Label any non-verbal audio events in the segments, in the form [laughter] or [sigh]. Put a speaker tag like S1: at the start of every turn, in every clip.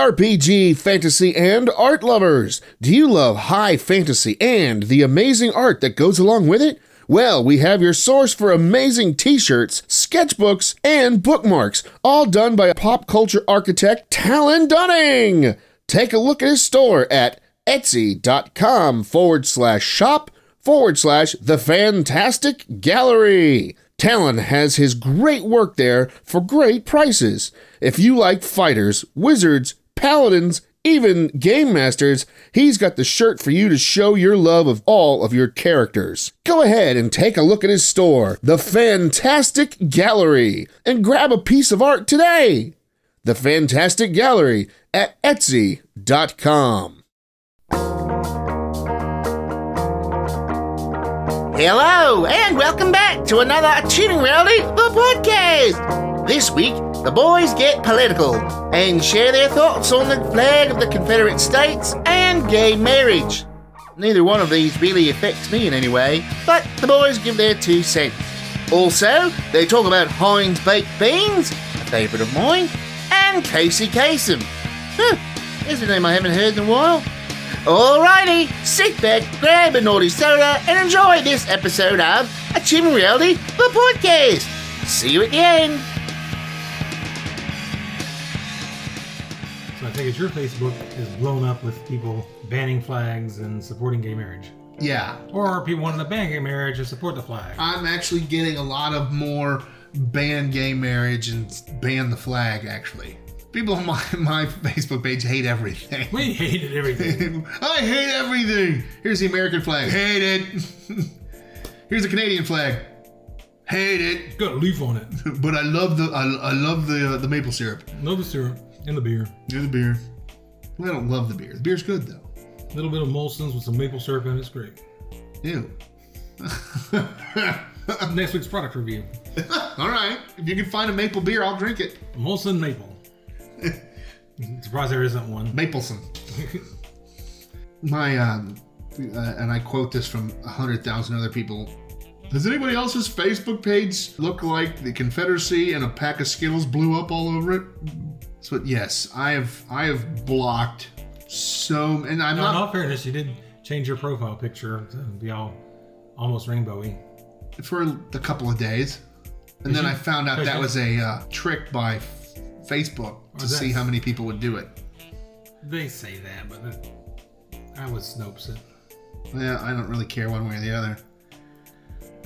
S1: JRPG, fantasy, and art lovers. Do you love high fantasy and the amazing art that goes along with it? Well, we have your source for amazing t shirts, sketchbooks, and bookmarks, all done by pop culture architect Talon Dunning. Take a look at his store at etsy.com forward slash shop forward slash the fantastic gallery. Talon has his great work there for great prices. If you like fighters, wizards, paladins, even game masters, he's got the shirt for you to show your love of all of your characters. Go ahead and take a look at his store, The Fantastic Gallery, and grab a piece of art today. The Fantastic Gallery at Etsy.com.
S2: Hello, and welcome back to another Achieving Reality, the podcast. This week, the boys get political and share their thoughts on the flag of the Confederate States and gay marriage. Neither one of these really affects me in any way, but the boys give their two cents. Also, they talk about Heinz baked beans, a favourite of mine, and Casey Kasem. Huh, there's a name I haven't heard in a while. Alrighty, sit back, grab a naughty soda, and enjoy this episode of Achieving Reality, the podcast. See you at the end.
S3: So I take it your Facebook is blown up with people banning flags and supporting gay marriage.
S4: Yeah,
S3: Or people wanting to ban gay marriage and support the flag.
S4: I'm actually getting a lot of more ban gay marriage and ban the flag. Actually, people on my, [laughs] my Facebook page hate everything. [laughs]
S3: We hated everything.
S4: I hate everything. Here's the American flag. Hate it. [laughs] Here's the Canadian flag. Hate it.
S3: Got a leaf on it.
S4: But I love the I, I love the the maple syrup.
S3: Nova syrup and the beer.
S4: Yeah, the beer. I don't love the beer. The beer's good though.
S3: A little bit of Molson's with some maple syrup in it. It's great.
S4: Ew.
S3: Next week's product review.
S4: All right. If you can find a maple beer, I'll drink it.
S3: Molson
S4: [laughs]
S3: Maple. Surprised there isn't one.
S4: Mapleson. My um, uh, and I quote this from a hundred thousand other people. Does anybody else's Facebook page look like the Confederacy and a pack of Skittles blew up all over it? So yes, I have I have blocked so and I'm
S3: Now,
S4: not
S3: in all fairness, you did change your profile picture to be all almost rainbowy.
S4: for a couple of days, and then
S3: you-
S4: I found out
S3: did
S4: that
S3: you-
S4: was a uh, trick by F- Facebook to
S3: that's-
S4: see how many people would do it.
S3: They say that, but that, I would Snopes it.
S4: Yeah, I don't really care one way or the other.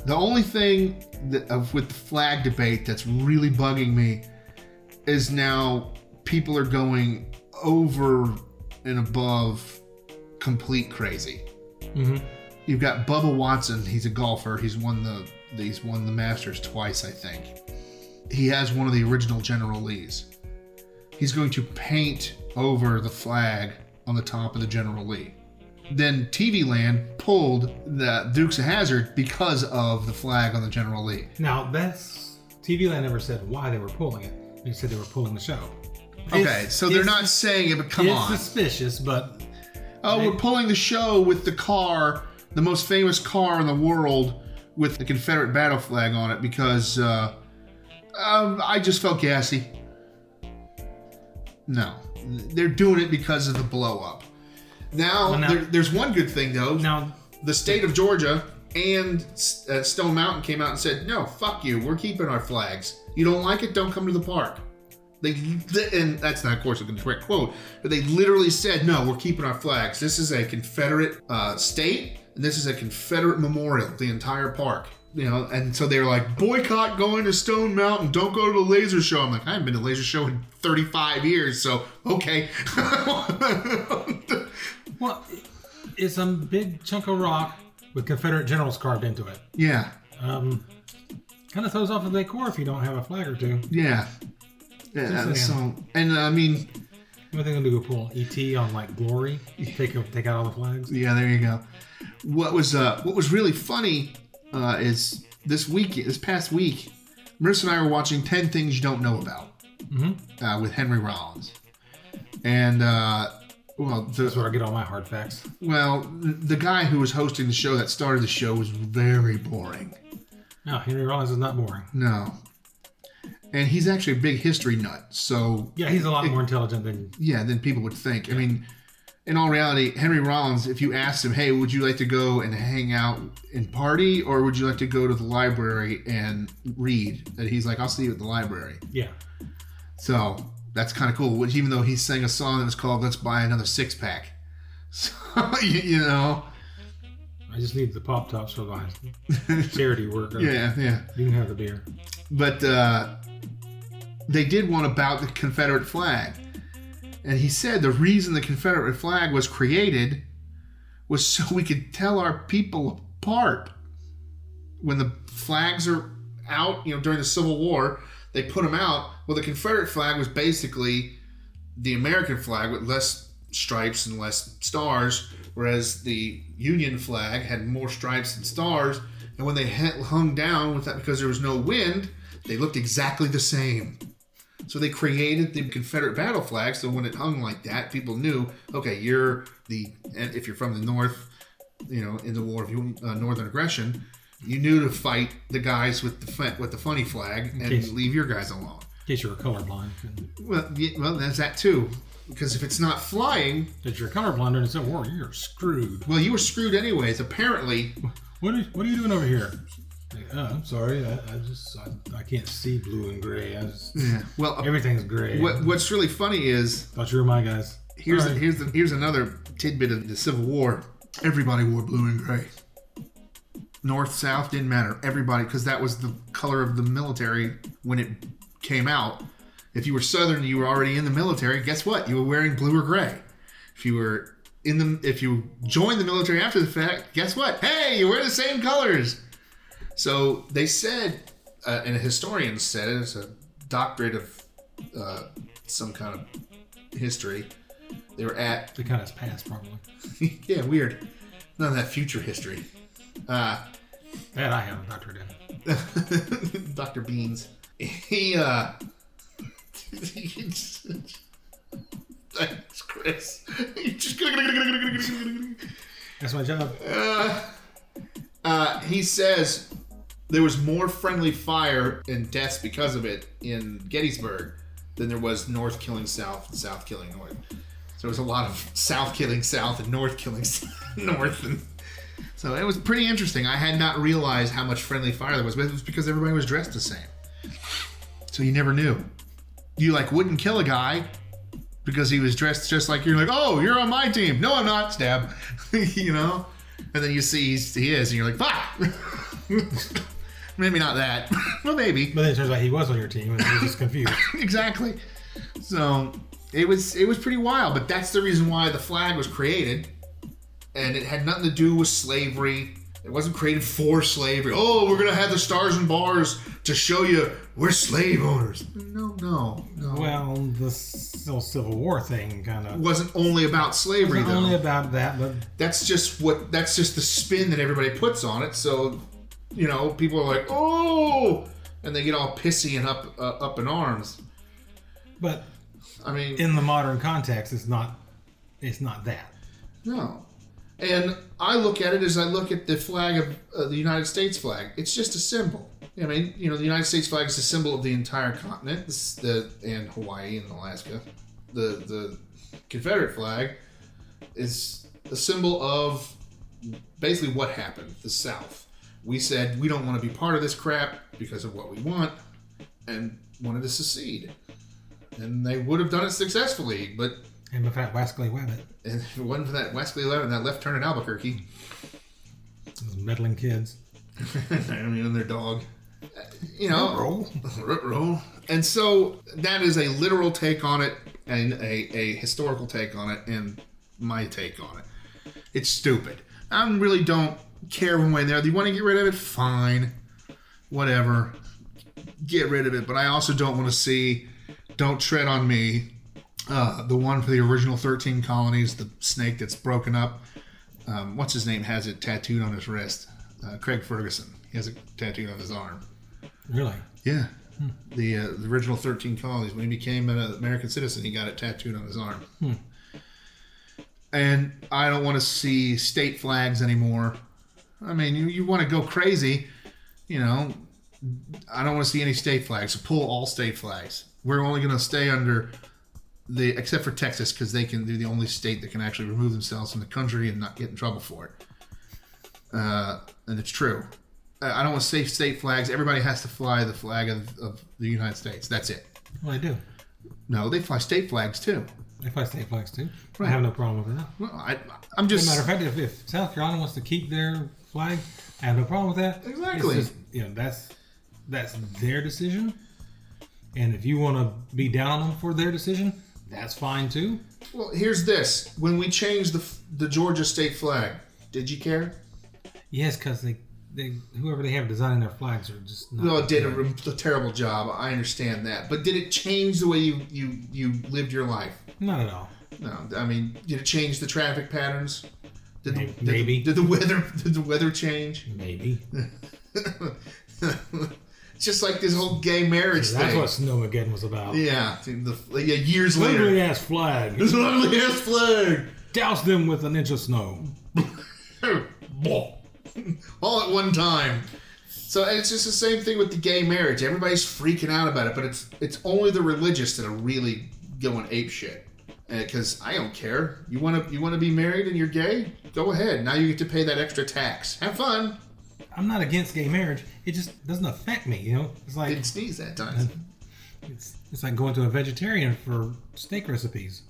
S4: The only thing that, of, with the flag debate that's really bugging me is now people are going over and above complete crazy.
S3: Mm-hmm.
S4: You've got Bubba Watson. He's a golfer. He's won the he's won the Masters twice, I think. He has one of the original General Lees. He's going to paint over the flag on the top of the General Lee. Then TV Land pulled the Dukes of Hazard because of the flag on the General Lee.
S3: Now that's TV Land never said why they were pulling it. They said they were pulling the show.
S4: Okay,
S3: It's-
S4: so they're
S3: it's-
S4: not saying it, but come
S3: it's
S4: on.
S3: suspicious, but
S4: Oh, we're pulling the show with the car, the most famous car in the world, with the Confederate battle flag on it because uh, um, I just felt gassy. No, they're doing it because of the blow up. Now,
S3: Well, now-
S4: there, there's one good thing though.
S3: now
S4: the state of Georgia and uh, Stone Mountain came out and said, "No, fuck you. We're keeping our flags. You don't like it? Don't come to the park." They li- and that's not, of course, a direct quote, but they literally said, "No, we're keeping our flags. This is a Confederate uh, state, and this is a Confederate memorial. The entire park." You know, and so they're like, boycott going to Stone Mountain. Don't go to the laser show. I'm like, I haven't been to laser show in 35 years, so okay. [laughs]
S3: well, it's a big chunk of rock with Confederate generals carved into it.
S4: yeah.
S3: Um, kind of throws off the decor if you don't have a flag or two.
S4: Yeah. Yeah,
S3: Just
S4: so and uh, I mean,
S3: What they're gonna do? Pull ET on like glory, take take out all the flags.
S4: yeah, there you go. What was uh, what was really funny uh, is this week, this past week, Marissa and I were watching Ten Things You Don't Know About
S3: Mhm.
S4: uh, with Henry Rollins, and uh, well,
S3: That's
S4: the,
S3: where I get all my hard facts.
S4: well, the guy who was hosting the show that started the show was very boring.
S3: No, Henry Rollins is not boring.
S4: No. and he's actually a big history nut. So
S3: Yeah, he's a lot more intelligent than
S4: yeah, than people would think. I mean, in all reality, Henry Rollins, if you asked him, hey, would you like to go and hang out and party, or would you like to go to the library and read? And he's like, I'll see you at the library.
S3: yeah.
S4: So that's kind of cool. Which even though he sang a song that was called "Let's Buy Another Six Pack," [laughs] so you, you know, [laughs]
S3: I just need the pop tops for my charity work.
S4: yeah, yeah.
S3: You can have the beer.
S4: But uh, they did one about the Confederate flag, and he said the reason the Confederate flag was created was so we could tell our people apart. When the flags are out, you know, during the Civil War, they put them out. Well, the Confederate flag was basically the American flag with less stripes and less stars, whereas the Union flag had more stripes and stars. And when they had- hung down with that because there was no wind, they looked exactly the same. So they created the Confederate battle flag. So when it hung like that, people knew, okay, you're the and if you're from the North, you know, in the War of uh, Northern Aggression, you knew to fight the guys with the fu- with the funny flag and
S3: Okay.
S4: leave your guys alone.
S3: In case you were colorblind.
S4: Well, yeah, well, there's that too. Because if it's not flying,
S3: If you're colorblind during the Civil War, you're screwed.
S4: well, you were screwed anyways. Apparently,
S3: What are, what are you doing over here? Like, "Oh, I'm sorry, I, I just I, I can't see blue and gray. I just,
S4: well, ap-
S3: everything's gray.
S4: what, what's really funny is
S3: Thought you were my guys.
S4: here's
S3: All right.
S4: here's the, here's another tidbit of the Civil War. Everybody wore blue and gray. North, South didn't matter. Everybody, because that was the color of the military when it came out. If you were Southern, you were already in the military. Guess what? You were wearing blue or gray. If you were in the, if you joined the military after the fact, guess what? Hey, you wear the same colors. So they said, uh, and a historian said it. It's a doctorate of uh, some kind of history. They were at [laughs]
S3: the kind of past probably
S4: yeah, weird. None of that future history. [laughs] Uh,
S3: that I have a doctorate in.
S4: Dr. Beans. He, uh. [laughs] he just- Thanks, Chris. [laughs] He just-
S3: That's my job.
S4: uh, he says there was more friendly fire and deaths because of it in Gettysburg than there was North killing South and South killing North. So there was a lot of [laughs] South killing South and North killing [laughs] North. And so it was pretty interesting. I had not realized how much friendly fire there was, but it was because everybody was dressed the same. So you never knew. You like wouldn't kill a guy because he was dressed just like you're like, oh, you're on my team. No, I'm not. Stab. [laughs] you know? And then you see he's, he is, and you're like, fuck. [laughs] maybe not that. [laughs] well, maybe.
S3: But then it turns out he was on your team and he was just [laughs] confused.
S4: exactly. So it was it was pretty wild, but that's the reason why the flag was created, and it had nothing to do with slavery. It wasn't created for slavery. Oh, we're gonna have the stars and bars to show you we're slave owners. No, no, no.
S3: well, this whole Civil War thing kind
S4: it
S3: of
S4: wasn't only about slavery though.
S3: only about that, but
S4: that's just what that's just the spin that everybody puts on it. So, you know, people are like, oh, and they get all pissy and up uh, up in arms.
S3: but
S4: I mean,
S3: in the modern context, it's not it's not that.
S4: No. And I look at it as I look at the flag of uh, the United States flag. It's just a symbol. I mean, you know, the United States flag is a symbol of the entire continent, this, the, and Hawaii and Alaska. The the Confederate flag is a symbol of basically what happened. The South. We said we don't want to be part of this crap because of what we want, and wanted to secede. And they would have done it successfully, but
S3: And in fact, Wesley Webbitt,
S4: and [laughs] if it wasn't for that Wesley Eleven, that left turn in Albuquerque,
S3: those meddling kids.
S4: [laughs] I mean, and their dog, uh, you know, [laughs] roll. And so that is a literal take on it and a, a historical take on it and my take on it. It's stupid. I really don't care one way or the other. You want to get rid of it? Fine. Whatever. Get rid of it. But I also don't want to see Don't Tread on Me, uh, the one for the original 13 colonies, the snake that's broken up. Um, what's his name has it tattooed on his wrist? Uh, Craig Ferguson. He has it tattooed on his arm.
S3: Really?
S4: Yeah. The, uh, the original 13 colonies. When he became an American citizen, he got it tattooed on his arm. And I don't want to see state flags anymore. I mean, you, you want to go crazy, you know, I don't want to see any state flags. Pull all state flags. We're only going to stay under the except for Texas because they can they're the only state that can actually remove themselves from the country and not get in trouble for it. Uh, and it's true. Uh, I I don't want to say state flags. Everybody has to fly the flag of, of the United States. That's it.
S3: Well, I do.
S4: No, they fly state flags too.
S3: If I state flags too, I have no problem with that.
S4: Well, I, I'm
S3: As a matter of
S4: just
S3: fact, if, if South Carolina wants to keep their flag, I have no problem with that.
S4: Exactly.
S3: It's just, you know, that's that's their decision. And if you want to be down on them for their decision, that's fine too.
S4: well. Here's this: when we changed the the Georgia state flag, did you care?
S3: Yes, because they, they whoever they have designing their flags are just not.
S4: Well, it did a, re- a terrible job. I understand that, but did it change the way you you you lived your life?
S3: Not at all.
S4: No, I mean, did it change the traffic patterns? Did the,
S3: May-
S4: did the-
S3: maybe.
S4: did the weather [laughs] did the weather change? [laughs]
S3: Maybe
S4: It's just like this whole gay marriage
S3: that's
S4: thing.
S3: what Snowmageddon was about.
S4: yeah, the, yeah, years later.
S3: [laughs] Ugly ass flag.
S4: This lovely ass flag.
S3: Douse them with an inch of snow.
S4: [laughs] all at one time. So it's just the same thing with the gay marriage. Everybody's freaking out about it, but it's it's only the religious that are really going ape shit. Because I don't care. You want to you want to be married and you're gay? Go ahead. Now you get to pay that extra tax. Have fun.
S3: I'm not against gay marriage. It just doesn't affect me. You know, it's like
S4: Didn't sneeze that time.
S3: It's, it's like going to a vegetarian for steak recipes.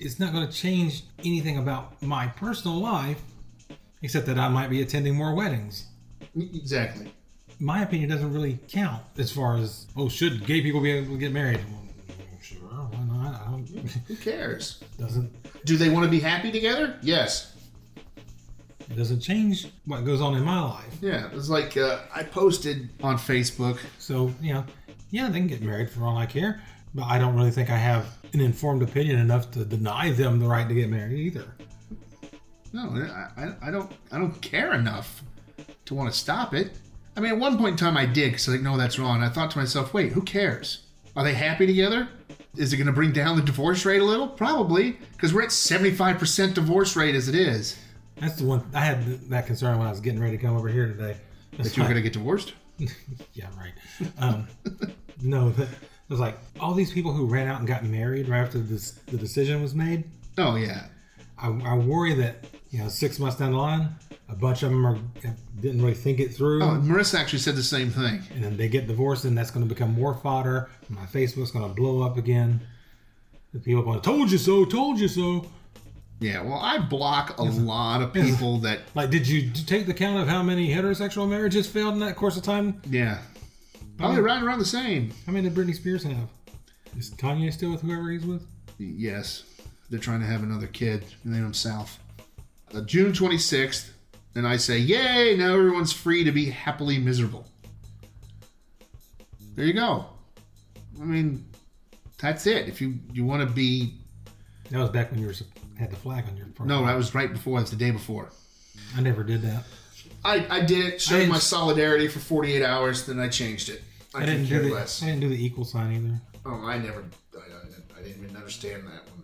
S3: It's not going to change anything about my personal life, except that I might be attending more weddings.
S4: Exactly.
S3: My opinion doesn't really count as far as, oh, should gay people be able to get married? Well, sure, why not? I don't, [laughs]
S4: Who cares?
S3: it, doesn't,
S4: Do they want to be happy together? Yes.
S3: it doesn't change what goes on in my life.
S4: Yeah. It's like uh, I posted on Facebook.
S3: So, you know, yeah, they can get married for all I care, but I don't really think I have an informed opinion enough to deny them the right to get married either.
S4: No, I, I, I don't I don't care enough to want to stop it. I mean, at one point in time, I did because like, no, that's wrong. And I thought to myself, wait, who cares? Are they happy together? Is it going to bring down the divorce rate a little? Probably, because we're at seventy five percent divorce rate as it is.
S3: That's the one I had th- that concern when I was getting ready to come over here today.
S4: That you're going to get divorced?
S3: yeah, right. Um, [laughs] no, but it was like all these people who ran out and got married right after this, the decision was made.
S4: Oh yeah,
S3: I, I worry that you know six months down the line, a bunch of them are didn't really think it through,
S4: Oh, Marissa actually said the same thing.
S3: and then they get divorced, and that's going to become more fodder. My Facebook's going to blow up again. The people going, "Told you so, told you so."
S4: Yeah, well, I block a lot of people that.
S3: Like, did you d- take the count of how many heterosexual marriages failed in that course of time?
S4: Yeah, probably right around the same.
S3: How many did Britney Spears have? Is Kanye still with whoever he's with?
S4: Yes, they're trying to have another kid, and then I'm south. Uh, June 26th, and I say, Yay, now everyone's free to be happily miserable. There you go. I mean, that's it. If you, you want to be.
S3: That was back when you were, had the flag on your front.
S4: No, that was right before, that's the day before.
S3: I never did that.
S4: I, I did it,
S3: I
S4: showed
S3: didn't-
S4: my solidarity for 48 hours, then I changed it. I,
S3: I
S4: didn't
S3: didn't
S4: care
S3: do the
S4: less.
S3: I didn't do the equal sign either.
S4: Oh, I never. I, I, I didn't even understand that one.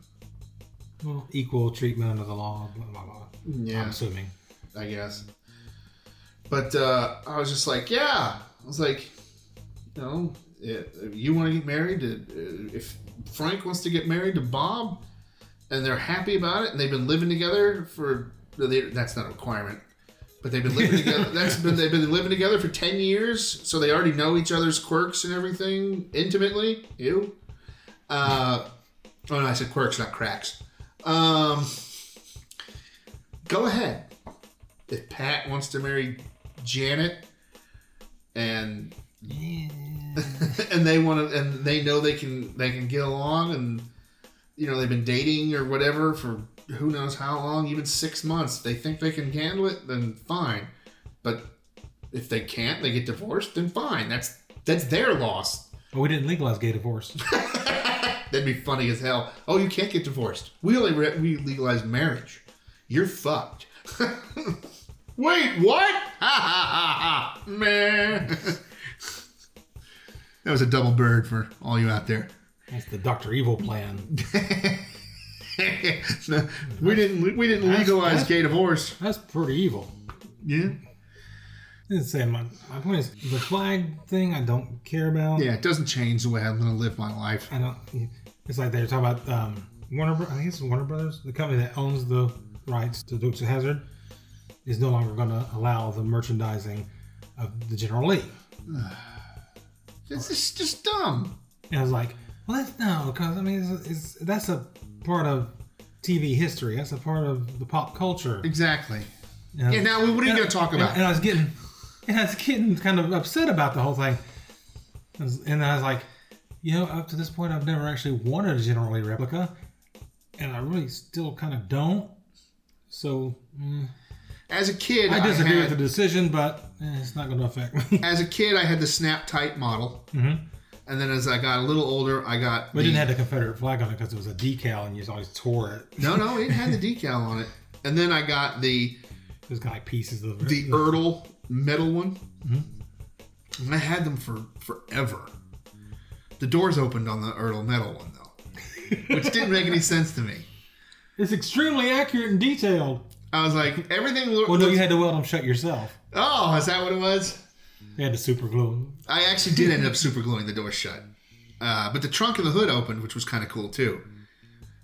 S3: Well, equal treatment under the law. Blah blah blah. I'm assuming.
S4: I guess. But uh, I was just like, yeah. I was like, you know, if you want to get married to, if Frank wants to get married to Bob, and they're happy about it, and they've been living together for they, that's not a requirement, but they've been living together. That's been they've been living together for ten years, so they already know each other's quirks and everything intimately. Ew. Uh, oh no, I said quirks, not cracks. Um, go ahead if Pat wants to marry Janet and [laughs]
S3: [laughs]
S4: and they want to and they know they can they can get along and you know they've been dating or whatever for who knows how long even 6 months they think they can handle it then fine but if they can't they get divorced then fine that's that's their loss
S3: But we didn't legalize gay divorce.
S4: that'd be funny as hell oh you can't get divorced we only re- we legalized marriage you're fucked [laughs] Wait, what? [laughs] Ha ha ha ha! Man, [laughs] that was a double bird for all you out there. [laughs]
S3: That's the Doctor Evil plan.
S4: No, we didn't. We didn't legalize gay divorce.
S3: That's pretty evil.
S4: Yeah.
S3: didn't say my, my point is the flag thing I don't care about.
S4: Yeah, it doesn't change the way I'm going to live my life.
S3: I don't. It's like they're talking about um, Warner. Bro- I think it's Warner Brothers, the company that owns the rights to Dukes of Hazard, is no longer going to allow the merchandising of the General Lee.
S4: This is just dumb.
S3: And I was like, well, that's no, because I mean, it's, it's, that's a part of TV history. That's a part of the pop culture.
S4: Exactly.
S3: And-
S4: Yeah, now what are you
S3: and-
S4: going to talk
S3: and-
S4: about?
S3: And I was getting, and I was getting kind of upset about the whole thing. I was- And I was like, you know, up to this point, I've never actually wanted a General Lee replica, and I really still kind of don't. So
S4: As a kid,
S3: I disagree
S4: had,
S3: with the decision, but eh, it's not going to affect me. [laughs]
S4: As a kid, I had the snap tight model, and then as I got a little older, I got. the-
S3: we Mm-hmm. didn't have the Confederate flag on it because it was a decal, and you just always tore it.
S4: no, no, it had the decal on it, and then I got the
S3: It was kind of like pieces of
S4: the Ertl metal one.
S3: Mm-hmm.
S4: And I had them for forever. The doors opened on the Ertl metal one though, which didn't make any sense to me.
S3: It's extremely accurate and detailed.
S4: I was like, everything. Lo-
S3: Well, no,
S4: looks-
S3: you had to weld them shut yourself.
S4: oh, is that what it was?
S3: You had to super glue 'em.
S4: I actually did end up super gluing the door shut, uh, but the trunk and the hood opened, which was kind of cool too.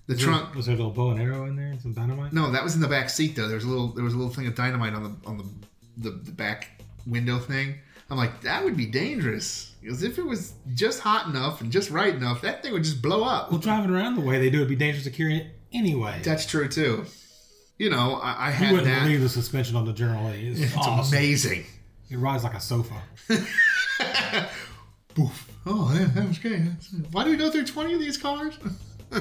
S4: The trunk.
S3: Was there a little bow and arrow in there and some dynamite?
S4: No, that was in the back seat though. There was a little there was a little thing of dynamite on the on the the, the back window thing. I'm like, that would be dangerous because if it was just hot enough and just right enough, that thing would just blow up.
S3: Well, driving around the way they do, it'd be dangerous to carry it anyway.
S4: That's true too. You know, I, I
S3: You
S4: had
S3: wouldn't
S4: that.
S3: believe the suspension on the General Lee. It's,
S4: It's
S3: awesome.
S4: amazing.
S3: It rides like
S4: [laughs]
S3: a sofa.
S4: Poof. Oh, yeah, that was great. Why do we go through 20 of these cars?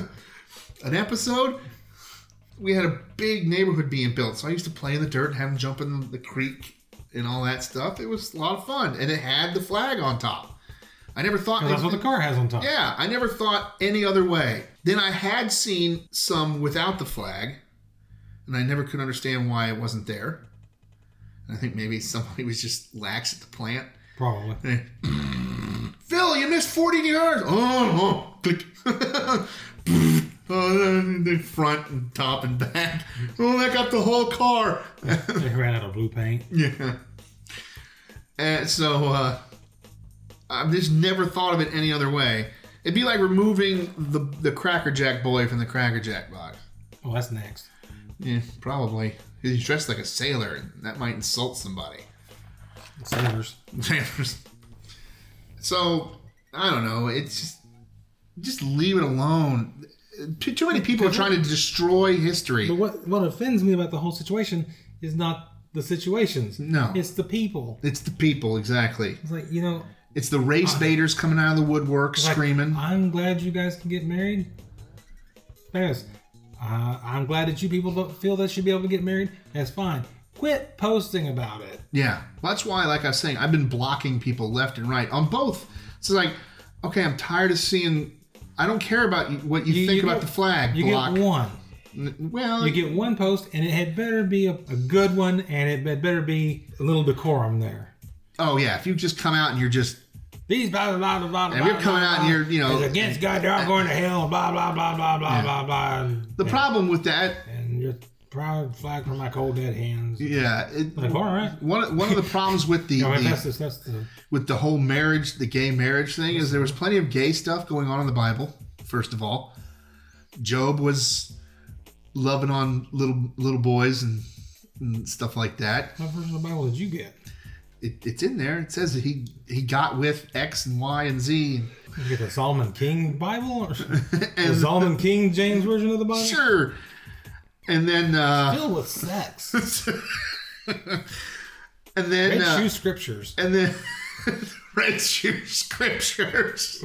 S4: [laughs] An episode? We had a big neighborhood being built, so I used to play in the dirt and have them jump in the creek and all that stuff. It was a lot of fun, and it had the flag on top. I never thought.
S3: 'Cause that's what the car has on top.
S4: Yeah, I never thought any other way. Then I had seen some without the flag, and I never could understand why it wasn't there. And I think maybe somebody was just lax at the plant.
S3: Probably.
S4: Phil, you missed 40 yards. Oh, oh click. [laughs] oh, the front and top and back. Oh, that got the whole car. [laughs]
S3: They ran out of blue paint.
S4: yeah. And so uh, I've just never thought of it any other way. It'd be like removing the the Cracker Jack boy from the Cracker Jack box.
S3: Oh, that's next.
S4: Yeah, probably. He's dressed like a sailor, and that might insult somebody.
S3: It's Savers.
S4: [laughs] so I don't know. It's just just leave it alone. Too, too many people are trying to destroy
S3: But
S4: history.
S3: what, what offends me about the whole situation is not the situations.
S4: No.
S3: It's the people.
S4: It's the people, exactly.
S3: It's like, you know,
S4: It's the race baiters coming out of the woodwork
S3: Ah. Like, ah.
S4: screaming.
S3: I'm glad you guys can get married. Yes. Uh, I'm glad that you people don't feel that should be able to get married. That's fine. Quit posting about it.
S4: Yeah, that's why, like I was saying, I've been blocking people left and right on both. So it's like, okay, I'm tired of seeing. I don't care about you- what you,
S3: You-
S4: think
S3: you
S4: about
S3: get-
S4: the flag
S3: You
S4: block.
S3: get one.
S4: well,
S3: You get one post, and it had better be a, a good one, and it had better be a little decorum there.
S4: oh yeah, if you just come out and you're just
S3: These blah blah blah blah blah.
S4: And you're
S3: blah,
S4: coming
S3: blah,
S4: out and
S3: blah,
S4: you're, you know-
S3: is against God. They're all going to hell. Blah blah blah blah blah blah blah. And,
S4: the problem with that.
S3: and your proud flag from my cold dead hands.
S4: Yeah, it,
S3: Like, all right.
S4: One, one of the problems with
S3: [laughs]
S4: the,
S3: I mean,
S4: the-
S3: that's, just, that's the
S4: with the whole marriage, the gay marriage thing, is there was plenty of gay stuff going on in the Bible. First of all, Job was loving on little little boys and, and stuff like that.
S3: what version of the Bible did you get?
S4: It, it's in there. It says that he he got with X and Y and Z. [laughs]
S3: You get the Solomon King Bible or [laughs] the Solomon King James version of the Bible?
S4: Sure. And then uh,
S3: Filled with sex.
S4: [laughs] and then
S3: Red
S4: uh,
S3: shoe scriptures.
S4: and then [laughs] red shoe [laughs] scriptures.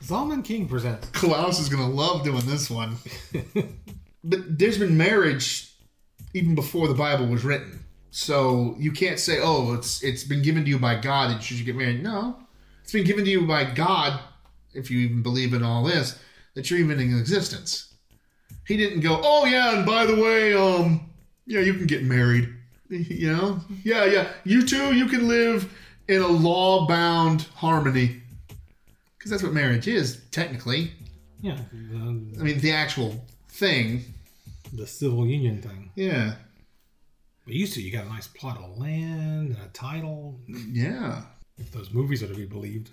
S3: Solomon King presents.
S4: [laughs] Klaus is gonna love doing this one. but there's been marriage even before the Bible was written. So you can't say, "Oh, it's it's been given to you by God that you should get married." No, it's been given to you by God, if you even believe in all this, that you're even in existence. He didn't go, "Oh yeah, and by the way, um, yeah, you can get married." You know, yeah, yeah, you too, you can live in a law-bound harmony, because that's what marriage is technically.
S3: Yeah. the-
S4: I mean, the actual thing
S3: the civil union thing.
S4: Yeah.
S3: But used to, you got a nice plot of land and a title.
S4: Yeah. [laughs]
S3: If those movies are to be [laughs] believed,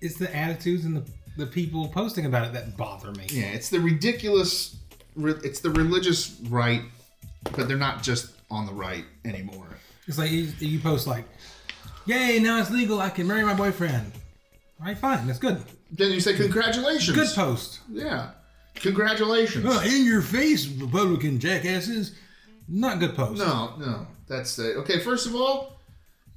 S3: it's the attitudes and the, the people posting about it that bother me.
S4: Yeah, it's the ridiculous. re- It's the religious right, but they're not just on the right anymore.
S3: It's like you, you post like, "Yay! Now it's legal. I can marry my boyfriend." All right, fine. That's good.
S4: Then you say congratulations.
S3: Good post.
S4: Yeah, congratulations.
S3: Uh, in your face, Republican jackasses. Not good post.
S4: No, no, that's it. Okay, first of all,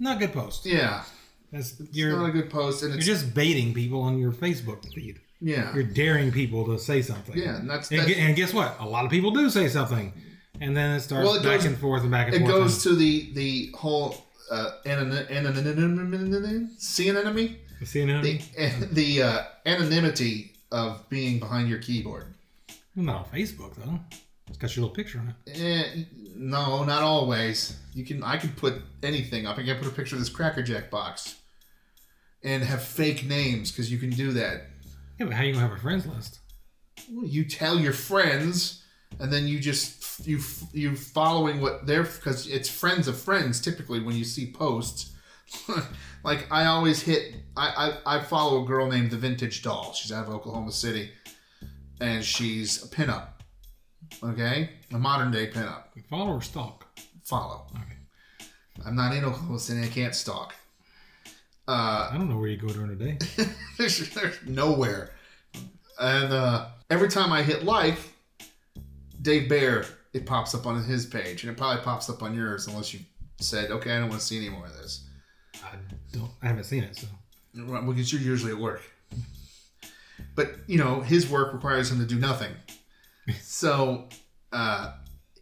S3: Not good post.
S4: yeah,
S3: That's
S4: it's not a
S3: you're
S4: good post, and
S3: you're
S4: it's
S3: just baiting people on your Facebook feed.
S4: yeah,
S3: You're daring people to say something.
S4: yeah, and that's,
S3: And,
S4: that's
S3: gu- and guess what? A lot of people do say something, and then it starts
S4: Well, it
S3: back
S4: goes-
S3: and forth and back and
S4: it
S3: forth.
S4: goes to the the whole uh, anony- anonymity, see an enemy, [laughs]
S3: and, see, you know,
S4: the the uh, anonymity of being behind your keyboard.
S3: not on Facebook though. It's got your little picture on it.
S4: Eh, no, not always. You can I can put anything up. I can put a picture of this Cracker Jack box, and have fake names because you can do that.
S3: Yeah, but how you gonna have a friends list?
S4: Well, you tell your friends, and then you just you you following what they're because it's friends of friends typically when you see posts. [laughs] like I always hit I, I I follow a girl named the Vintage Doll. She's out of Oklahoma City, and she's a pinup. Okay, a modern day pinup
S3: Follow or stalk?
S4: follow. I'm not in Oklahoma City. I can't stalk. Uh, [laughs]
S3: I don't know where you go during the day.
S4: there's, there's nowhere. And uh, every time I hit like, Dave Bear, it pops up on his page, and it probably pops up on yours unless you said, "Okay, I don't want to see any more of this,"
S3: I don't. I haven't seen it, so
S4: Well, because you're usually at work. But you know, his work requires him to do nothing, so uh,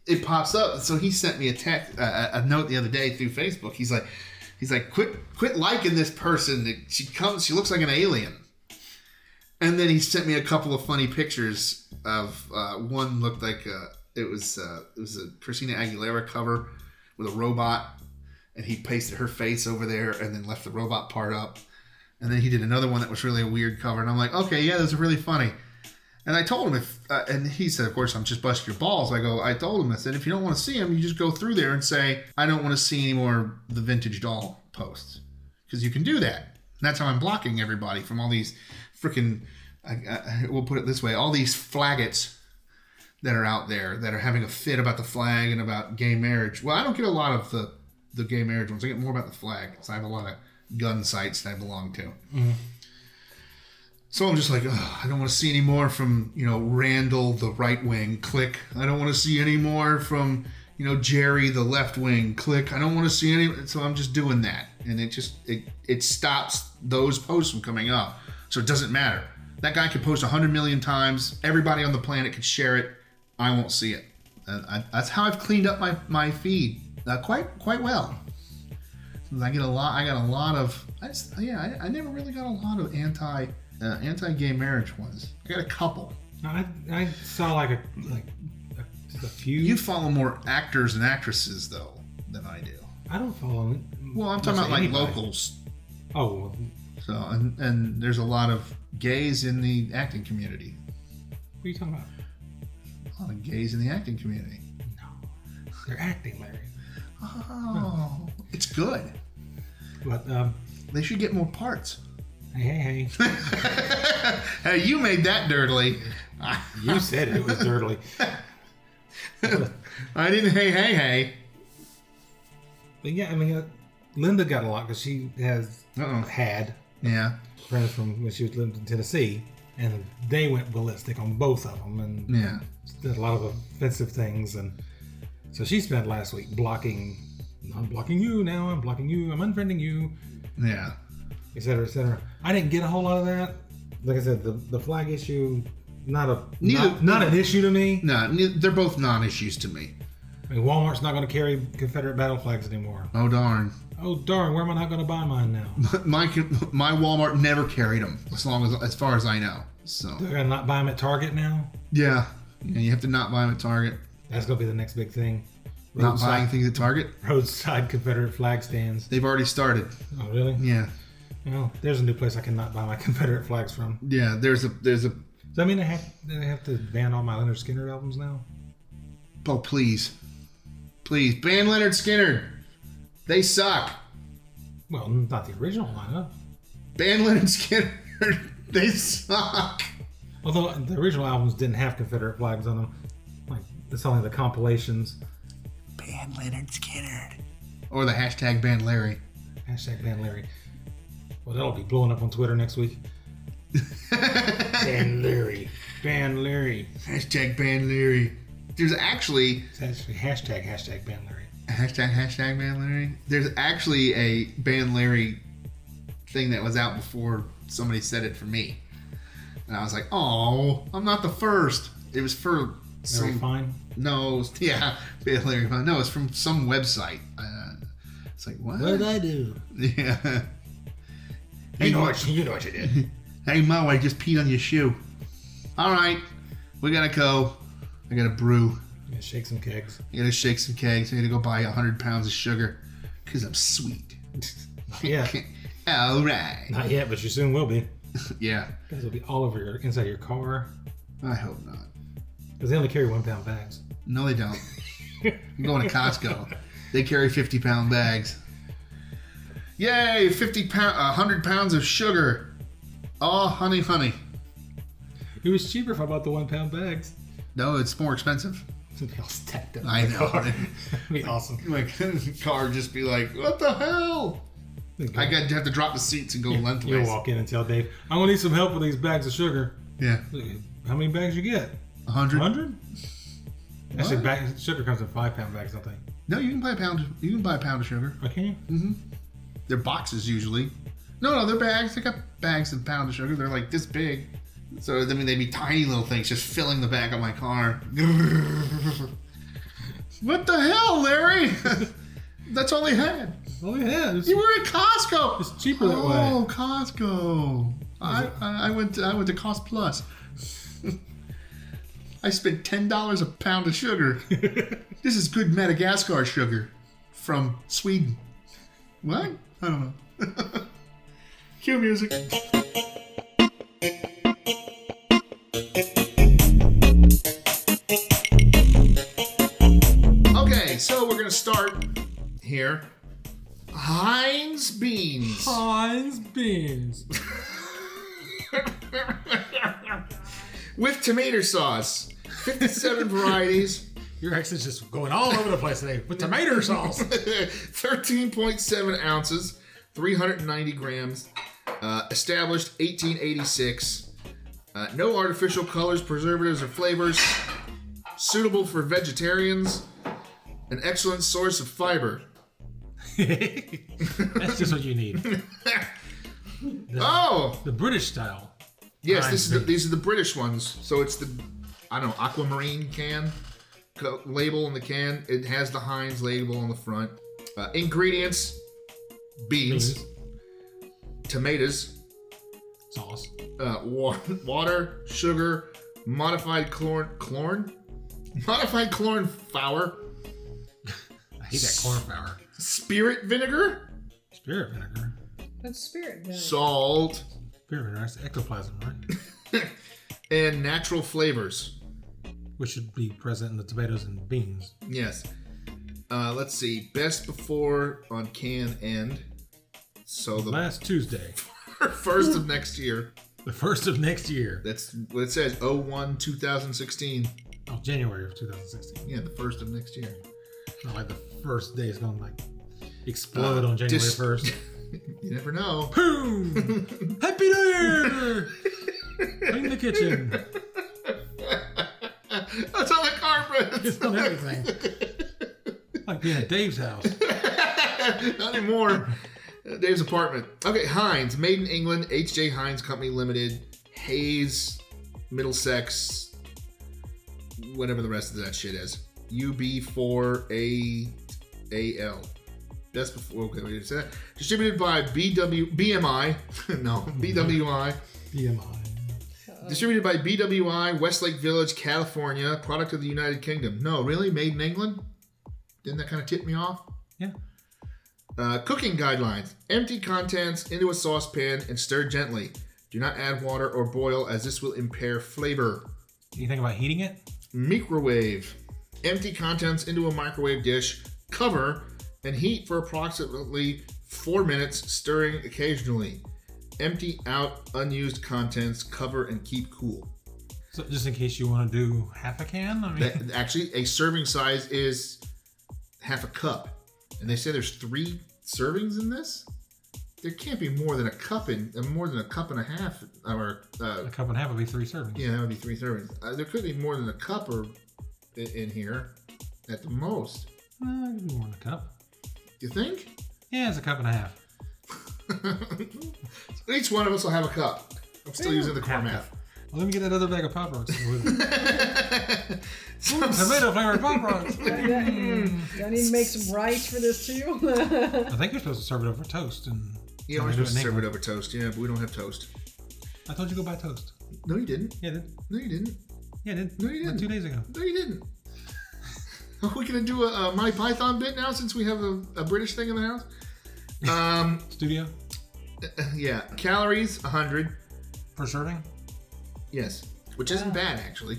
S4: it pops up. So he sent me a text, uh, a note the other day through Facebook. He's like, he's like, quit, quit liking this person. She comes, she looks like an alien. And then he sent me a couple of funny pictures of uh, one looked like uh it was uh, it was a Christina Aguilera cover with a robot, and he pasted her face over there and then left the robot part up. And then he did another one that was really a weird cover, and I'm like, okay, yeah, those are really funny. And I told him if, uh, and he said, of course, I'm just busting your balls. I go, I told him, I said, if you don't want to see him, you just go through there and say, I don't want to see any more of the vintage doll posts. Because you can do that. And that's how I'm blocking everybody from all these freaking, I, I, we'll put it this way, all these flaggots that are out there that are having a fit about the flag and about gay marriage. Well, I don't get a lot of the, the gay marriage ones. I get more about the flag because I have a lot of gun sites that I belong to. So I'm just like, "Ugh, I don't want to see any more from, you know, Randall, the right wing, click. I don't want to see any more from, you know, Jerry, the left wing, click. I don't want to see any. So I'm just doing that. And it just, it, it stops those posts from coming up. So it doesn't matter. That guy could post 100 million times. Everybody on the planet could share it. I won't see it. And I, that's how I've cleaned up my, my feed uh, quite, quite well. I get a lot. I got a lot of. I just, yeah, I, I never really got a lot of anti uh, anti gay marriage ones. I got a couple.
S3: No, I, I saw like a like a, just a few.
S4: You follow more actors and actresses though than I do.
S3: I don't follow. it.
S4: Well, I'm talking
S3: Mostly
S4: about like
S3: anybody.
S4: locals.
S3: Oh, well,
S4: So and and there's a lot of gays in the acting community.
S3: what are you talking about?
S4: A lot of gays in the acting community.
S3: No, they're acting, Larry.
S4: Oh, it's good.
S3: But um,
S4: They should get more parts. [laughs]
S3: hey, hey, hey,
S4: hey, you made that dirtily. [laughs] I,
S3: you said it was dirtily.
S4: I didn't. Hey, hey, hey.
S3: But yeah, I mean, uh, Linda got a lot because she has
S4: Uh oh.
S3: had
S4: Yeah.
S3: friends from when she was lived in Tennessee, and they went ballistic on both of them, and
S4: Yeah.
S3: did a lot of offensive things and so she spent last week blocking i'm blocking you now i'm blocking you i'm unfriending you
S4: Yeah.
S3: etc cetera, etc cetera. i didn't get a whole lot of that like i said the, the flag issue not a
S4: Neither-
S3: not, not an issue to me
S4: No, ne- they're both non-issues to me.
S3: I mean, walmart's not going to carry confederate battle flags anymore
S4: Oh darn. [laughs]
S3: oh darn where am i not going to buy mine now
S4: my my Walmart never carried them as long as as far as I know. So
S3: they're going to not buy them at target now
S4: yeah, and you have to not buy them at Target.
S3: that's going to be the next big thing
S4: Not buying things at Target.
S3: roadside confederate flag stands
S4: They've already started.
S3: oh really
S4: Yeah,
S3: well there's a new place i cannot buy my [laughs] confederate flags from
S4: yeah. There's a there's a
S3: Does that mean they have, they have to ban all my Leonard Skinner albums now?
S4: Oh, please. Please. Ban Leonard Skinner. They suck.
S3: Well, not the original lineup.
S4: Ban Leonard [laughs] Skinner. they suck.
S3: Although the original albums didn't have Confederate flags on them. Like, it's only the compilations.
S2: Ban Leonard Skinner.
S4: Or the hashtag Ban Larry.
S3: Hashtag ban Larry. Well, that'll be blowing up on Twitter next week. ban Larry. Ban Larry.
S4: Hashtag Ban Larry. There's actually
S3: It's actually hashtag, hashtag ban Larry.
S4: hashtag hashtag Ban Larry. There's actually a Ban Larry thing that was out before somebody said it for me, and I was like, "Oh, I'm not the first. It was for
S3: Larry
S4: some
S3: Fine.
S4: no, [laughs] yeah, Ban Larry. No, it's from some website. Uh, it's like what?
S3: I do?
S4: [laughs] Yeah.
S3: You know what, you know what you did.
S4: [laughs] Hey Mo, I just peed on your shoe. All right, we gotta go. I gotta brew.
S3: I'm gonna shake some kegs.
S4: I gotta shake some kegs. I gotta go buy hundred pounds of sugar, cause I'm sweet. [laughs]
S3: Not yet.
S4: All right.
S3: Not yet, but you soon will be.
S4: Yeah.
S3: Guys will be all over your inside your car.
S4: I hope not.
S3: Because they only carry one pound bags.
S4: No, they don't. I'm going to Costco. They carry 50 pound bags. Yay! 50 pound, 100 pounds of sugar. Oh, honey, honey.
S3: It was cheaper if I bought the one pound bags.
S4: No, it's more expensive.
S3: It's gonna be all stacked up.
S4: I know.
S3: [laughs] It'd be awesome.
S4: My [laughs] car would just be like, what the hell? I got to have to drop the seats and go lengthways.
S3: You'll walk in and tell Dave, I'm gonna need some help with these bags of sugar.
S4: Yeah,
S3: How many bags you get?
S4: 100.
S3: 100? I
S4: What?
S3: said bag, sugar comes in five pound bags, I think. Oh,
S4: No, you can buy a pound. You can buy a pound of sugar.
S3: Okay.
S4: They're boxes usually. No, no, they're bags. They got bags of pound of sugar. They're like this big. So I mean, they'd be tiny little things just filling the back of my car. [laughs] what the hell, Larry? [laughs] That's all they had.
S3: Oh yeah, it's, [laughs]
S4: You were at Costco.
S3: it's cheaper that way.
S4: Oh, Costco. I, I I went to, I went to Cost Plus. [laughs] I spent ten dollars a pound of sugar. [laughs] this is good Madagascar sugar from Sweden. What? I don't know. [laughs] Cue music. Okay, so we're gonna start here. Heinz beans.
S3: [laughs] Heinz beans.
S4: with tomato sauce. 57 varieties,
S3: Your accent's just going all over the place today with tomato sauce.
S4: [laughs] 13.7 ounces, 390 grams, uh, established 1886. Uh, no artificial colors, preservatives, or flavors. Suitable for vegetarians. An excellent source of fiber. [laughs]
S3: That's just what you need.
S4: Oh!
S3: The British style.
S4: Yes, this is the, these are the British ones. So it's the, I don't know, aquamarine can co- label in the can. It has the Heinz label on the front. Uh, ingredients: beans,
S3: Beans.
S4: tomatoes,
S3: Sauce.
S4: uh, wa- [laughs] water, sugar, modified chlorine, chlorine, modified chlorine flour,
S3: I hate that cornflour.
S4: spirit vinegar,
S3: Spirit vinegar.
S5: That's spirit. vinegar.
S4: salt,
S3: Spirit vinegar. That's ectoplasm, right?
S4: and natural flavors.
S3: Which should be present in the tomatoes and beans.
S4: Yes. Uh, let's see. Best before on can end. So the
S3: Last Tuesday,
S4: first of next year.
S3: the first of next year.
S4: That's what it says. 01 2016.
S3: Oh, January of 2016.
S4: Yeah, the first of next year.
S3: Not like the first day is going to like explode on January
S4: dis-
S3: 1st.
S4: You never know. [laughs]
S3: Boom! Happy New Year! Clean the kitchen.
S4: That's on the carpet.
S3: It's on everything.
S4: [laughs]
S3: Like being at Dave's house.
S4: [laughs] Not anymore. Dave's apartment. Okay, Heinz, made in England, H.J. Heinz Company Limited, Hayes, Middlesex, whatever the rest of that shit is. UB4AAL. Best before. Okay, we didn't say that. Distributed by BW BMI. [laughs] no, BWI.
S3: BMI.
S4: Distributed by BWI, Westlake Village, California. Product of the United Kingdom. No, really? Made in England? Didn't that kind of tip me off?
S3: Yeah.
S4: Uh, cooking guidelines. Empty contents into a saucepan and stir gently. Do not add water or boil, as this will impair flavor.
S3: Anything about heating it?
S4: Microwave. Empty contents into a microwave dish, cover, and heat for approximately four minutes, stirring occasionally. Empty out unused contents, cover, and keep cool.
S3: So just in case you want to do half a can? I mean,
S4: That, actually, a serving size is half a cup. And they say there's three servings in this? There can't be more than a cup in uh, more than a cup and a half or uh,
S3: a cup and a half would be three servings.
S4: Yeah, that would be three servings. Uh, there could be more than a cup or in, in here, at the most.
S3: Uh, it could be more than a cup.
S4: You think? [laughs]
S3: Yeah, it's a cup and a half.
S4: Each one of us will have a cup. I'm still using the core
S3: Half
S4: math. [laughs]
S3: Well, let me get that other bag of Pop Rocks.
S4: So-
S3: Tomato flavored Pop Rocks.
S5: Do I need to make some rice for this too? [laughs]
S3: I think you're supposed to serve it over toast. And
S4: yeah, we're
S3: do it
S4: supposed to
S3: in
S4: serve it
S3: England.
S4: over toast. Yeah, but we don't have toast.
S3: I told you to go buy toast.
S4: No, you didn't.
S3: Yeah, I did.
S4: No, you didn't.
S3: Yeah, I did.
S4: No, you
S3: Like
S4: didn't.
S3: two days ago.
S4: No, you didn't. [laughs] Are we gonna do a, a My Python bit now since we have a, a British thing in the house? Um, [laughs]
S3: Studio
S4: yeah, calories 100.
S3: for serving
S4: Yes, which isn't bad actually,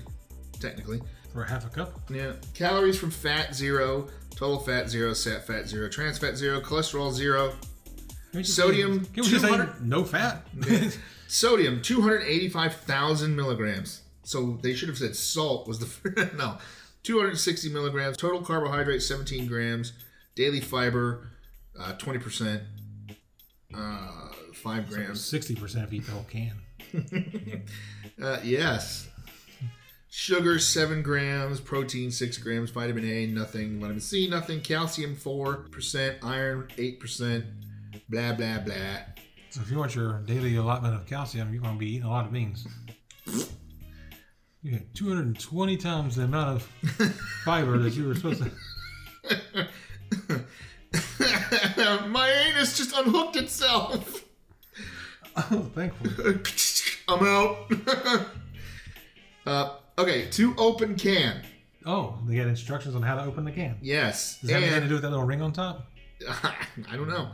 S4: technically.
S3: for half a cup.
S4: Yeah. Calories from fat zero, total fat zero, sat fat zero, trans fat zero, cholesterol zero,
S3: Can we just
S4: Sodium,
S3: say- Can we just say
S4: 200
S3: no fat?
S4: sodium two hundred eighty-five thousand milligrams. So they should have said salt was the [laughs] no, two hundred sixty milligrams. Total carbohydrate seventeen grams. Daily fiber, twenty percent. Uh, five grams.
S3: [laughs] Sixty percent if you eat the whole can.
S4: Uh, yes. Sugar seven grams, protein six grams, vitamin A nothing, vitamin C nothing, calcium four percent, iron eight percent, blah blah blah. [laughs]
S3: So if you want your daily allotment of calcium, you're going to be eating a lot of beans. You had 220 times the amount
S4: [laughs]
S3: of fiber that you were supposed to. [laughs]
S4: My anus just unhooked itself.
S3: Oh, thankfully.
S4: [laughs] I'm out. [laughs] uh, okay, to open can.
S3: Oh, they got instructions on how to open the can.
S4: Yes.
S3: Does that have anything to
S4: and-
S3: do with that little ring on top?
S4: [laughs] I don't know.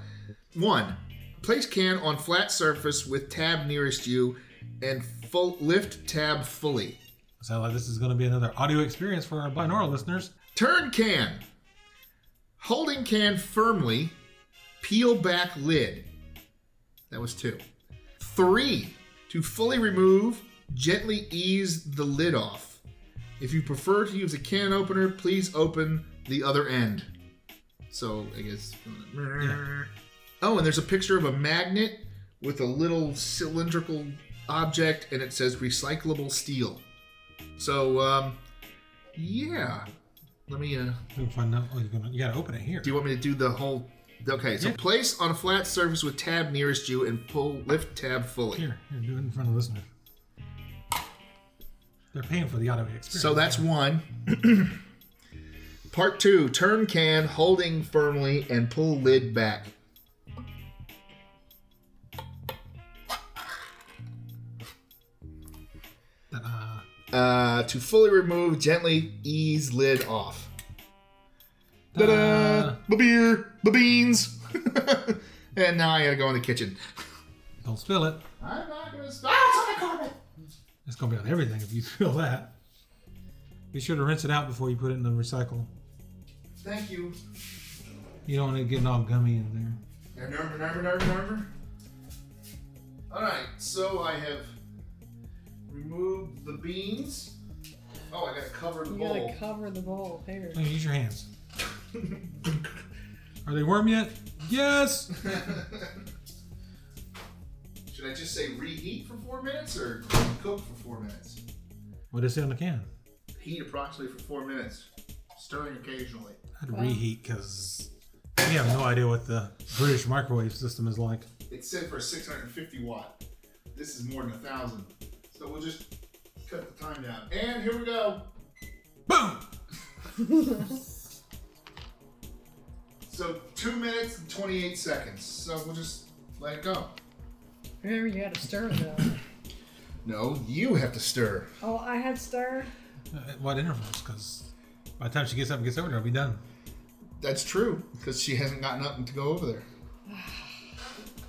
S4: One, place can on flat surface with tab nearest you, and full, lift tab fully.
S3: Sounds like this is going to be another audio experience for our binaural listeners.
S4: Turn can. Holding can firmly. Peel back lid. That was two. Three. To fully remove, gently ease the lid off. If you prefer to use a can opener, please open the other end. So I guess. Oh, and there's a picture of a magnet with a little cylindrical object, and it says recyclable steel. So, um, yeah. Let me. Uh,
S3: We can find out. Oh, you're gonna, you got to open it here.
S4: do you want me to do the whole? Okay, so
S3: Yeah.
S4: place on a flat surface with tab nearest you and pull lift tab fully.
S3: Here, here, do it in front of the listener. They're paying for the audio experience.
S4: So that's one. [clears throat] Part two: turn can holding firmly and pull lid back.
S3: Ta-da.
S4: Uh, to fully remove, gently ease lid off. Ta-da!
S3: Ta-da.
S4: Ba-beer, ba-beans. [laughs] and now I gotta go in the kitchen.
S3: Don't spill it.
S4: I'm not gonna stop. Ah, it's on the carpet.
S3: It's gonna be on everything if you [laughs] spill that. Be sure to rinse it out before you put it in the recycle.
S4: Thank you.
S3: You don't want it getting all gummy in there.
S4: Remember, remember, remember, remember. All right, so I have removed the beans. Oh, I gotta cover the
S5: you
S4: bowl.
S5: gotta cover the bowl here.
S3: Oh, use your hands. Are they warm yet? Yes.
S4: [laughs] Should I just say reheat for four minutes or cook for four minutes?
S3: What does it say on the can?
S4: Heat approximately for four minutes, stirring occasionally.
S3: I'd reheat because we have no idea what the British microwave system is like.
S4: It's set for 650 watt. This is more than a thousand, so we'll just cut the time down. And here we go.
S3: Boom.
S4: So two minutes and 28 seconds. So we'll just let it go.
S5: Remember, you gotta stir it though.
S4: No, you have to stir.
S5: Oh, I had stir.
S3: Uh, At what intervals? Because by the time she gets up and gets over there, I'll be done.
S4: That's true, because she hasn't gotten up to go over there.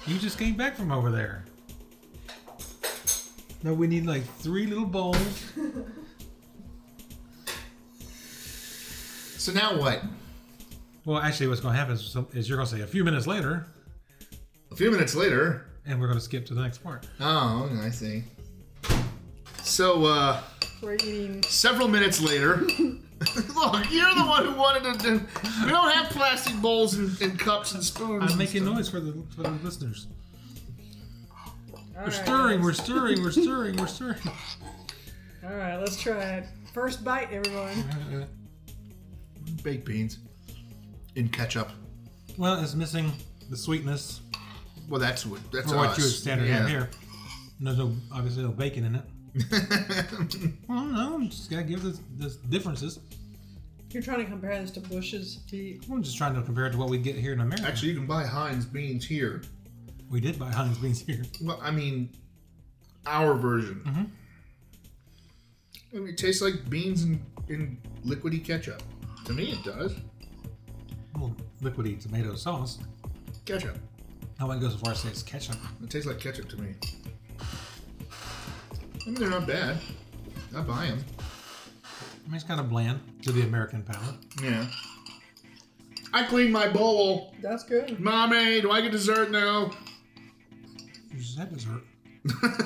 S3: You just came back from over there. No, we need like three little bowls.
S4: So now what?
S3: Well, actually, what's going to happen is, some, is you're going to say a few minutes later,
S4: A few minutes later.
S3: and we're going to skip to the next part.
S4: Oh, I see. So, uh,
S5: We're eating.
S4: several minutes [laughs] later. Look, you're the one who wanted to do. We don't have plastic bowls and, and cups and spoons.
S3: I'm
S4: and
S3: making
S4: stuff.
S3: noise for the, for the listeners.
S5: All
S3: We're
S5: right,
S3: stirring, we're
S5: let's-
S3: stirring, we're stirring, we're stirring.
S5: All right, let's try it. First bite, everyone.
S4: baked beans in ketchup.
S3: Well, it's missing the sweetness
S4: Well, that's what that's
S3: for what
S4: us.
S3: you would standard
S4: yeah.
S3: have here. And there's no, obviously no bacon in it. well, no, just gotta give this, this differences.
S5: You're trying to compare this to Bush's feet.
S3: I'm just trying to compare it to what we get here in
S4: [laughs]
S3: America.
S4: Actually, you can buy Heinz beans here.
S3: we did buy Heinz beans here.
S4: Well, I mean, our version. I mean, it tastes like beans in, in liquidy ketchup. To me, it does.
S3: Well, liquidy tomato sauce.
S4: Ketchup.
S3: I wouldn't go so far as to say it's ketchup.
S4: It tastes like ketchup to me. I mean, they're not bad. I buy them.
S3: I mean, it's kind of bland to the American palate.
S4: Yeah. I cleaned my bowl.
S5: That's good.
S4: Mommy, do I get dessert now? [laughs]
S3: You just had dessert.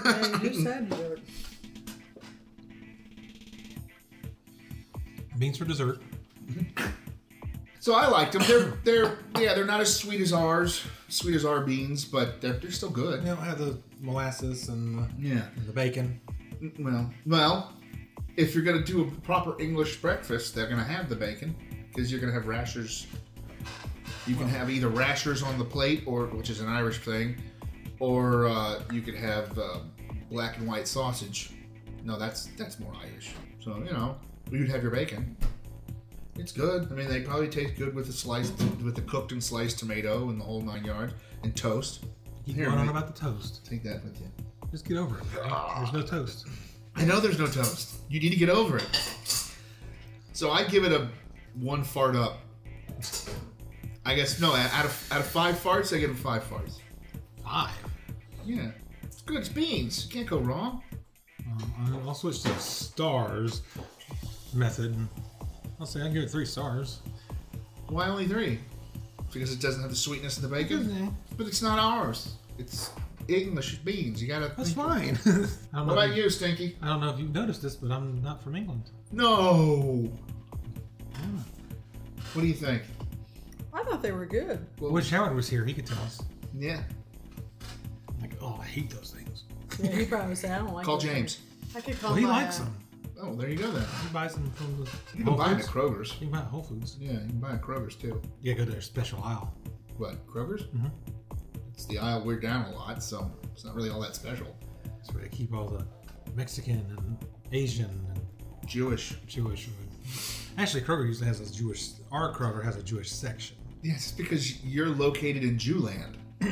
S5: And you said you were-
S3: Beans for dessert.
S4: So I liked them. They're they're yeah, they're not as sweet as ours, sweet as our beans, but they're, they're still good.
S3: They don't have the molasses and the,
S4: Yeah.
S3: and the bacon.
S4: Well, well, if you're gonna do a proper English breakfast, they're gonna have the bacon because you're gonna have rashers. You can have either rashers on the plate, or which is an Irish thing, or uh, you could have uh, black and white sausage. No, that's that's more Irish. So you know, you'd have your bacon. It's good. I mean, they probably taste good with the sliced, with the cooked and sliced tomato and the whole nine yards, and toast.
S3: Keep
S4: Here,
S3: going on
S4: mate.
S3: about the toast.
S4: Take that with you.
S3: Just get over it. okay? There's no toast.
S4: I know there's no toast. You need to get over it. So I give it a one fart up. I guess no. Out of out of five farts, I give it five farts.
S3: Five.
S4: Yeah, it's good. It's beans. You can't go wrong.
S3: Um, I'll- I'll switch to stars method. I'll say I give it three stars.
S4: Why only three? Because it doesn't have the sweetness of the bacon. But it's not ours. It's English beans. You gotta.
S3: That's
S4: think-
S3: fine. [laughs] I don't,
S4: What
S3: know
S4: about
S3: if you,
S4: you, Stinky?
S3: I don't know if you've noticed this, but I'm not from England.
S4: No. What do you think?
S5: I thought they were good.
S4: Well,
S3: Wish Howard was here. He could tell us.
S4: Yeah.
S3: Like, oh, I hate those things.
S5: Yeah, he probably said I don't like.
S4: Call
S5: them."
S4: James.
S5: I could call.
S3: Well, he
S5: my,
S3: likes
S5: uh,
S3: them.
S4: Oh, there you go then.
S3: He buys them from the
S4: You can
S3: Whole
S4: buy it at
S3: Foods.
S4: Kroger's.
S3: You can buy it at Whole Foods.
S4: Yeah, you can buy a Kroger's too.
S3: Yeah, go to their special aisle.
S4: What Kroger's?
S3: Mhm.
S4: It's the aisle we're down a lot, so it's not really all that special.
S3: That's where they keep all the Mexican and Asian and
S4: Jewish.
S3: Jewish food. Actually, Kroger usually has a Jewish. Our Kroger has a Jewish section.
S4: Yes, it's because you're located in Jewland. [clears throat]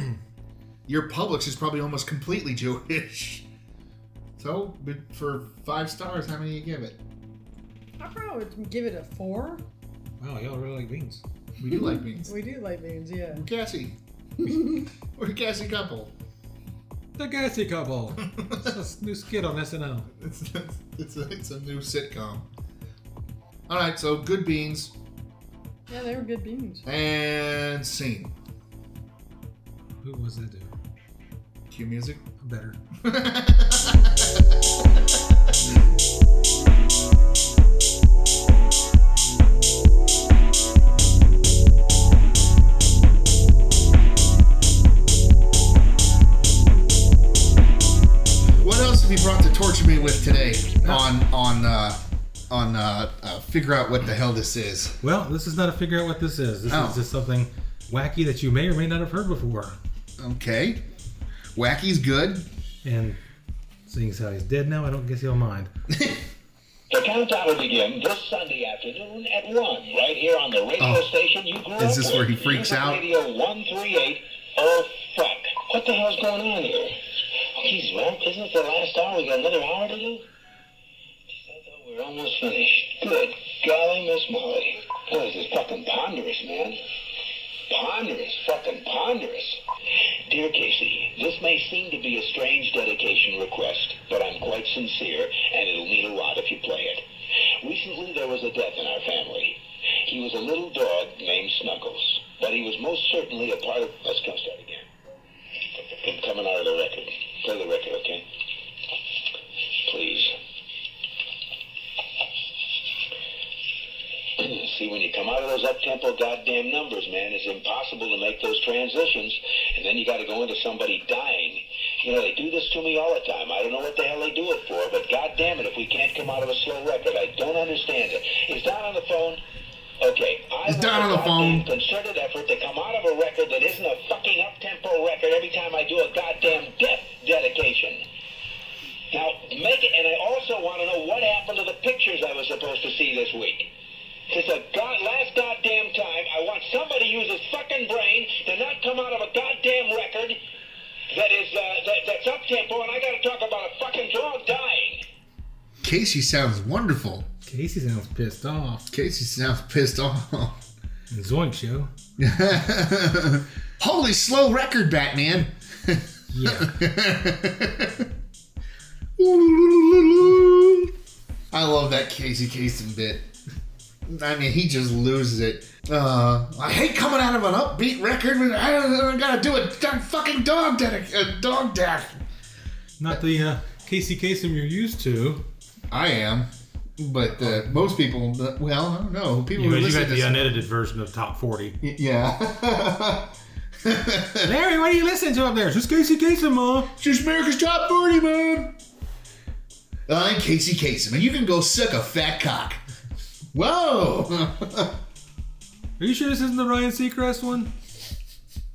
S4: Your Publix is probably almost completely Jewish. So, but for five stars, how many you give it?
S5: I probably would give it a four.
S3: Wow, y'all really like beans.
S4: We do like
S5: [laughs]
S4: beans.
S5: We do like beans, yeah.
S4: We're Cassie. [laughs] We're a Cassie couple.
S3: The
S4: [laughs]
S3: Gassy Couple. it's a new skit on SNL.
S4: It's, it's, it's, a, it's a new sitcom. All right, so good beans
S5: Yeah, they were good beans.
S4: and scene.
S3: Who was that dude?
S4: Cue music.
S3: I'm better.
S4: What else have you brought to torture me with today on on uh, on uh, uh, figure out what the hell this is?
S3: Well, this is not a figure out what this is. This
S4: Oh.
S3: is just something wacky that you may or may not have heard before.
S4: Okay, wacky's good. [laughs]
S3: And seeing as how he's dead now, I don't guess he'll mind.
S6: The countdown will begin this Sunday afternoon at 1, right here on the radio
S4: Oh.
S6: station you grew up
S4: Is this
S6: with.
S4: where he freaks
S6: Music
S4: out?
S6: Radio 138. Oh, fuck. What the hell's going on here? Oh, geez, man, isn't it the last hour? We got another hour to do? Geez, I thought we were almost finished. Good golly, Miss Molly. Boy, this is fucking ponderous, man. Ponderous, fucking ponderous. Dear Casey, this may seem to be a strange dedication request, but I'm sincere, and it'll mean a lot if you play it. Recently, there was a death in our family. He was a little dog named Snuggles, but he was most certainly a part of... Let's come start again. I'm coming out of the record. Play the record, okay? Please. [clears throat] See, when you come out of those up-tempo goddamn numbers, man, it's impossible to make those transitions, and then you got to go into somebody dying. You know, they do this to me all the time. I don't know what the hell they do it for, but goddamn it, if we can't come out of a slow record, I don't understand it. Is Don on the phone? Okay. I
S4: Is
S6: want
S4: Don
S6: a
S4: on the
S6: goddamn
S4: phone?
S6: Concerted effort to come out of a record that isn't a fucking up-tempo record every time I do a goddamn death dedication. Now, make it, and I also want to know what happened to the pictures I was supposed to see this week. It's a god, last goddamn time I want somebody to use his fucking brain to not come out of a goddamn record that is, uh, that, that's up tempo, and I gotta talk about a fucking dog dying.
S4: Casey sounds wonderful.
S3: Casey sounds pissed off.
S4: Casey sounds pissed off.
S3: Zoink show.
S4: [laughs] Holy slow record, Batman. [laughs]
S3: Yeah.
S4: I love that Casey Kasem bit. I mean, he just loses it. Uh, I hate coming out of an upbeat record. When I, I gotta do a dog, fucking dog death. A dog death.
S3: [laughs] Not the uh, Casey Kasem you're used to.
S4: I am, but uh, most people. Well, I don't know. People who
S3: you
S4: listen
S3: got
S4: to
S3: the
S4: this-
S3: unedited version of Top 40.
S4: Yeah. [laughs]
S3: Larry, what are you listening to up there? It's just Casey Kasem, ma.
S4: It's just America's Top 40, man. I'm Casey Kasem, and you can go suck a fat cock. Whoa!
S3: Are you sure this isn't the Ryan Seacrest one?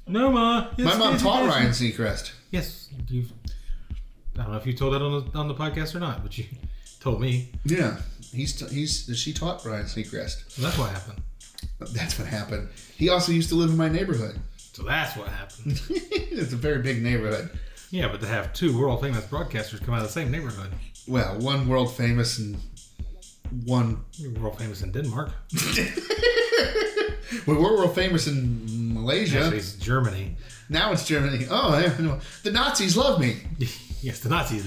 S3: No, ma. It's
S4: My mom
S3: Casey
S4: taught
S3: Kasem.
S4: Ryan Seacrest.
S3: Yes, you've. I don't know if you told that on the, on the podcast or not, but you [laughs] told me.
S4: Yeah, he's t- he's she taught Ryan Seacrest.
S3: So that's what happened.
S4: That's what happened. He also used to live in my neighborhood. [laughs]
S3: So that's what happened.
S4: it's a very big neighborhood.
S3: yeah, but to have two world famous broadcasters come out of the same neighborhood.
S4: Well, one world famous and one [laughs]
S3: You're world famous in Denmark.
S4: we were world famous in Malaysia.
S3: Actually, it's Germany. [laughs]
S4: Now it's Germany. Oh, yeah, no. the Nazis love me.
S3: yes, the Nazis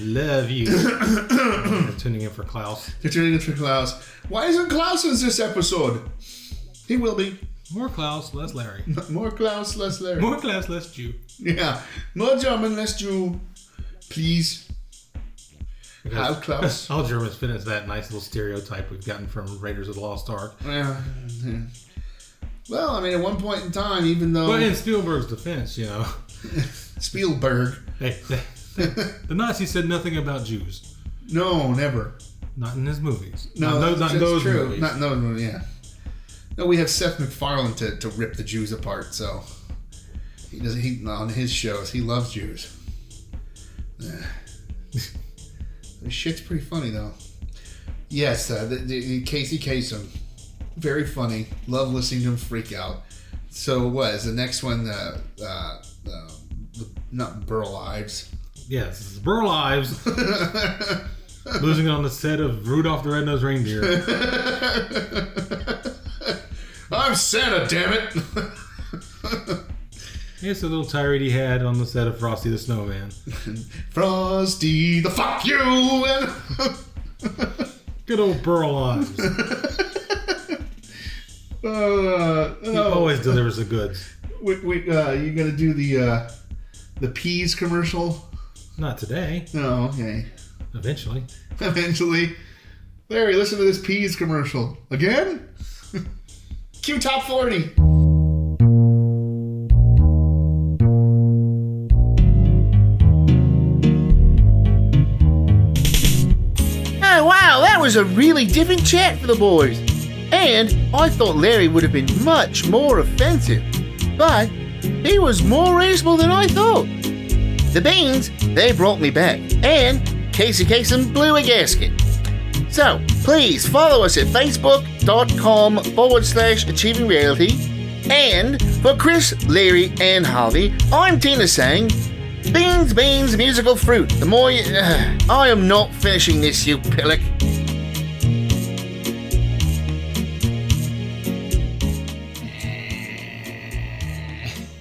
S4: [coughs]
S3: love you. You're tuning in for Klaus.
S4: They're turning into Klaus. Why isn't Klaus in this episode? He will be. [laughs]
S3: More Klaus, less Larry.
S4: More Klaus, less Larry.
S3: More Klaus, less Jew.
S4: [laughs] Yeah. More German, less Jew. Please. How
S3: Because
S4: Klaus?
S3: [laughs] all Germans fit into that nice little stereotype we've gotten from Raiders of the Lost Ark.
S4: yeah. yeah. Uh, [laughs] Well, I mean, at one point in time, even though
S3: But in Spielberg's defense, you know, [laughs]
S4: Spielberg. [laughs]
S3: they, they, the Nazis said nothing about Jews.
S4: No, never.
S3: Not in his movies.
S4: No,
S3: not,
S4: that's
S3: not
S4: that's
S3: those
S4: true.
S3: movies.
S4: Not in those movies, yeah. No, we have Seth MacFarlane to, to rip the Jews apart, so he does he on his shows, he loves Jews. Yeah. [laughs] this shit's pretty funny though. Yes, uh, the, the, the Casey Kasem, very funny. Love listening to him freak out. So what is the next one? Uh, uh, uh, the, not Burl Ives.
S3: Yes, it's
S4: [laughs]
S3: Burl Ives losing it on the set of Rudolph the Red-Nosed Reindeer.
S4: I'm Santa, damn it! [laughs]
S3: It's a little tirade he had on the set of Frosty the Snowman.
S4: Frosty, the fuck you! [laughs] Uh, And
S3: Good old Burl Ives. He
S4: uh, oh,
S3: always delivers the goods.
S4: wait, wait, uh, you gonna do the uh, the peas commercial?
S3: Not today.
S4: No, okay.
S3: Eventually.
S4: [laughs] Eventually, Larry, listen to this peas commercial again. [laughs] Q top forty.
S2: Oh, wow, that was a really different chat for the boys. And I thought Larry would have been much more offensive. But he was more reasonable than I thought. The Beans, they brought me back. And Casey Kasem blew a gasket. So please follow us at facebook.com forward slash achieving reality. And for Chris, Larry, and Harvey, I'm Tina saying, Beans, beans, musical fruit. The more you. [sighs] Uh, I am not finishing this, you pillock.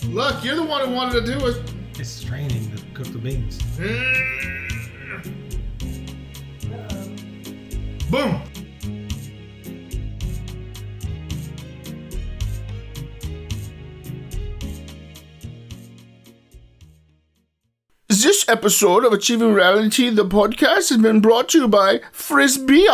S4: Look, you're the one who wanted to do it.
S3: It's straining to cook the beans.
S7: Boom.
S4: This episode of Achieving Reality, the podcast, has been brought to you by Frisbee.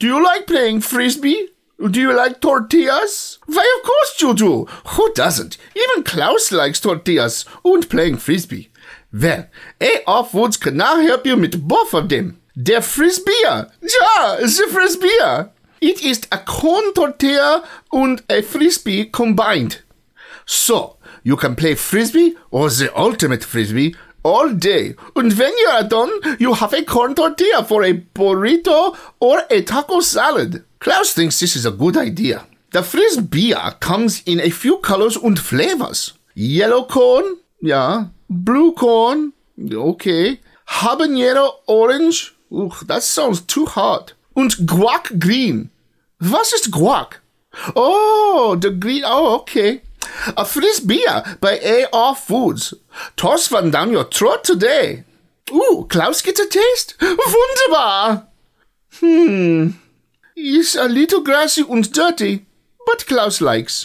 S4: Do you like playing frisbee? Do you like tortillas? Why, of course you do. Who doesn't? Even Klaus likes tortillas and playing frisbee. Well, AR Foods can now help you with both of them. The frisbee. Ja, the frisbee. It is a corn tortilla and a frisbee combined. So, you can play frisbee or the ultimate frisbee all day. And when you are done, you have a corn tortilla for a burrito or a taco salad. Klaus thinks this is a good idea. The frisbee comes in a few colors and flavors. Yellow corn, yeah. Blue corn, okay. Habanero orange, ooh, that sounds too hot. And guac green. Was ist guac? Oh, the green. Oh, okay. A frisbee by AR Foods. Toss one down your throat today. Ooh, Klaus gets a taste? Wunderbar! Hmm. It's a little grassy and dirty, but Klaus likes.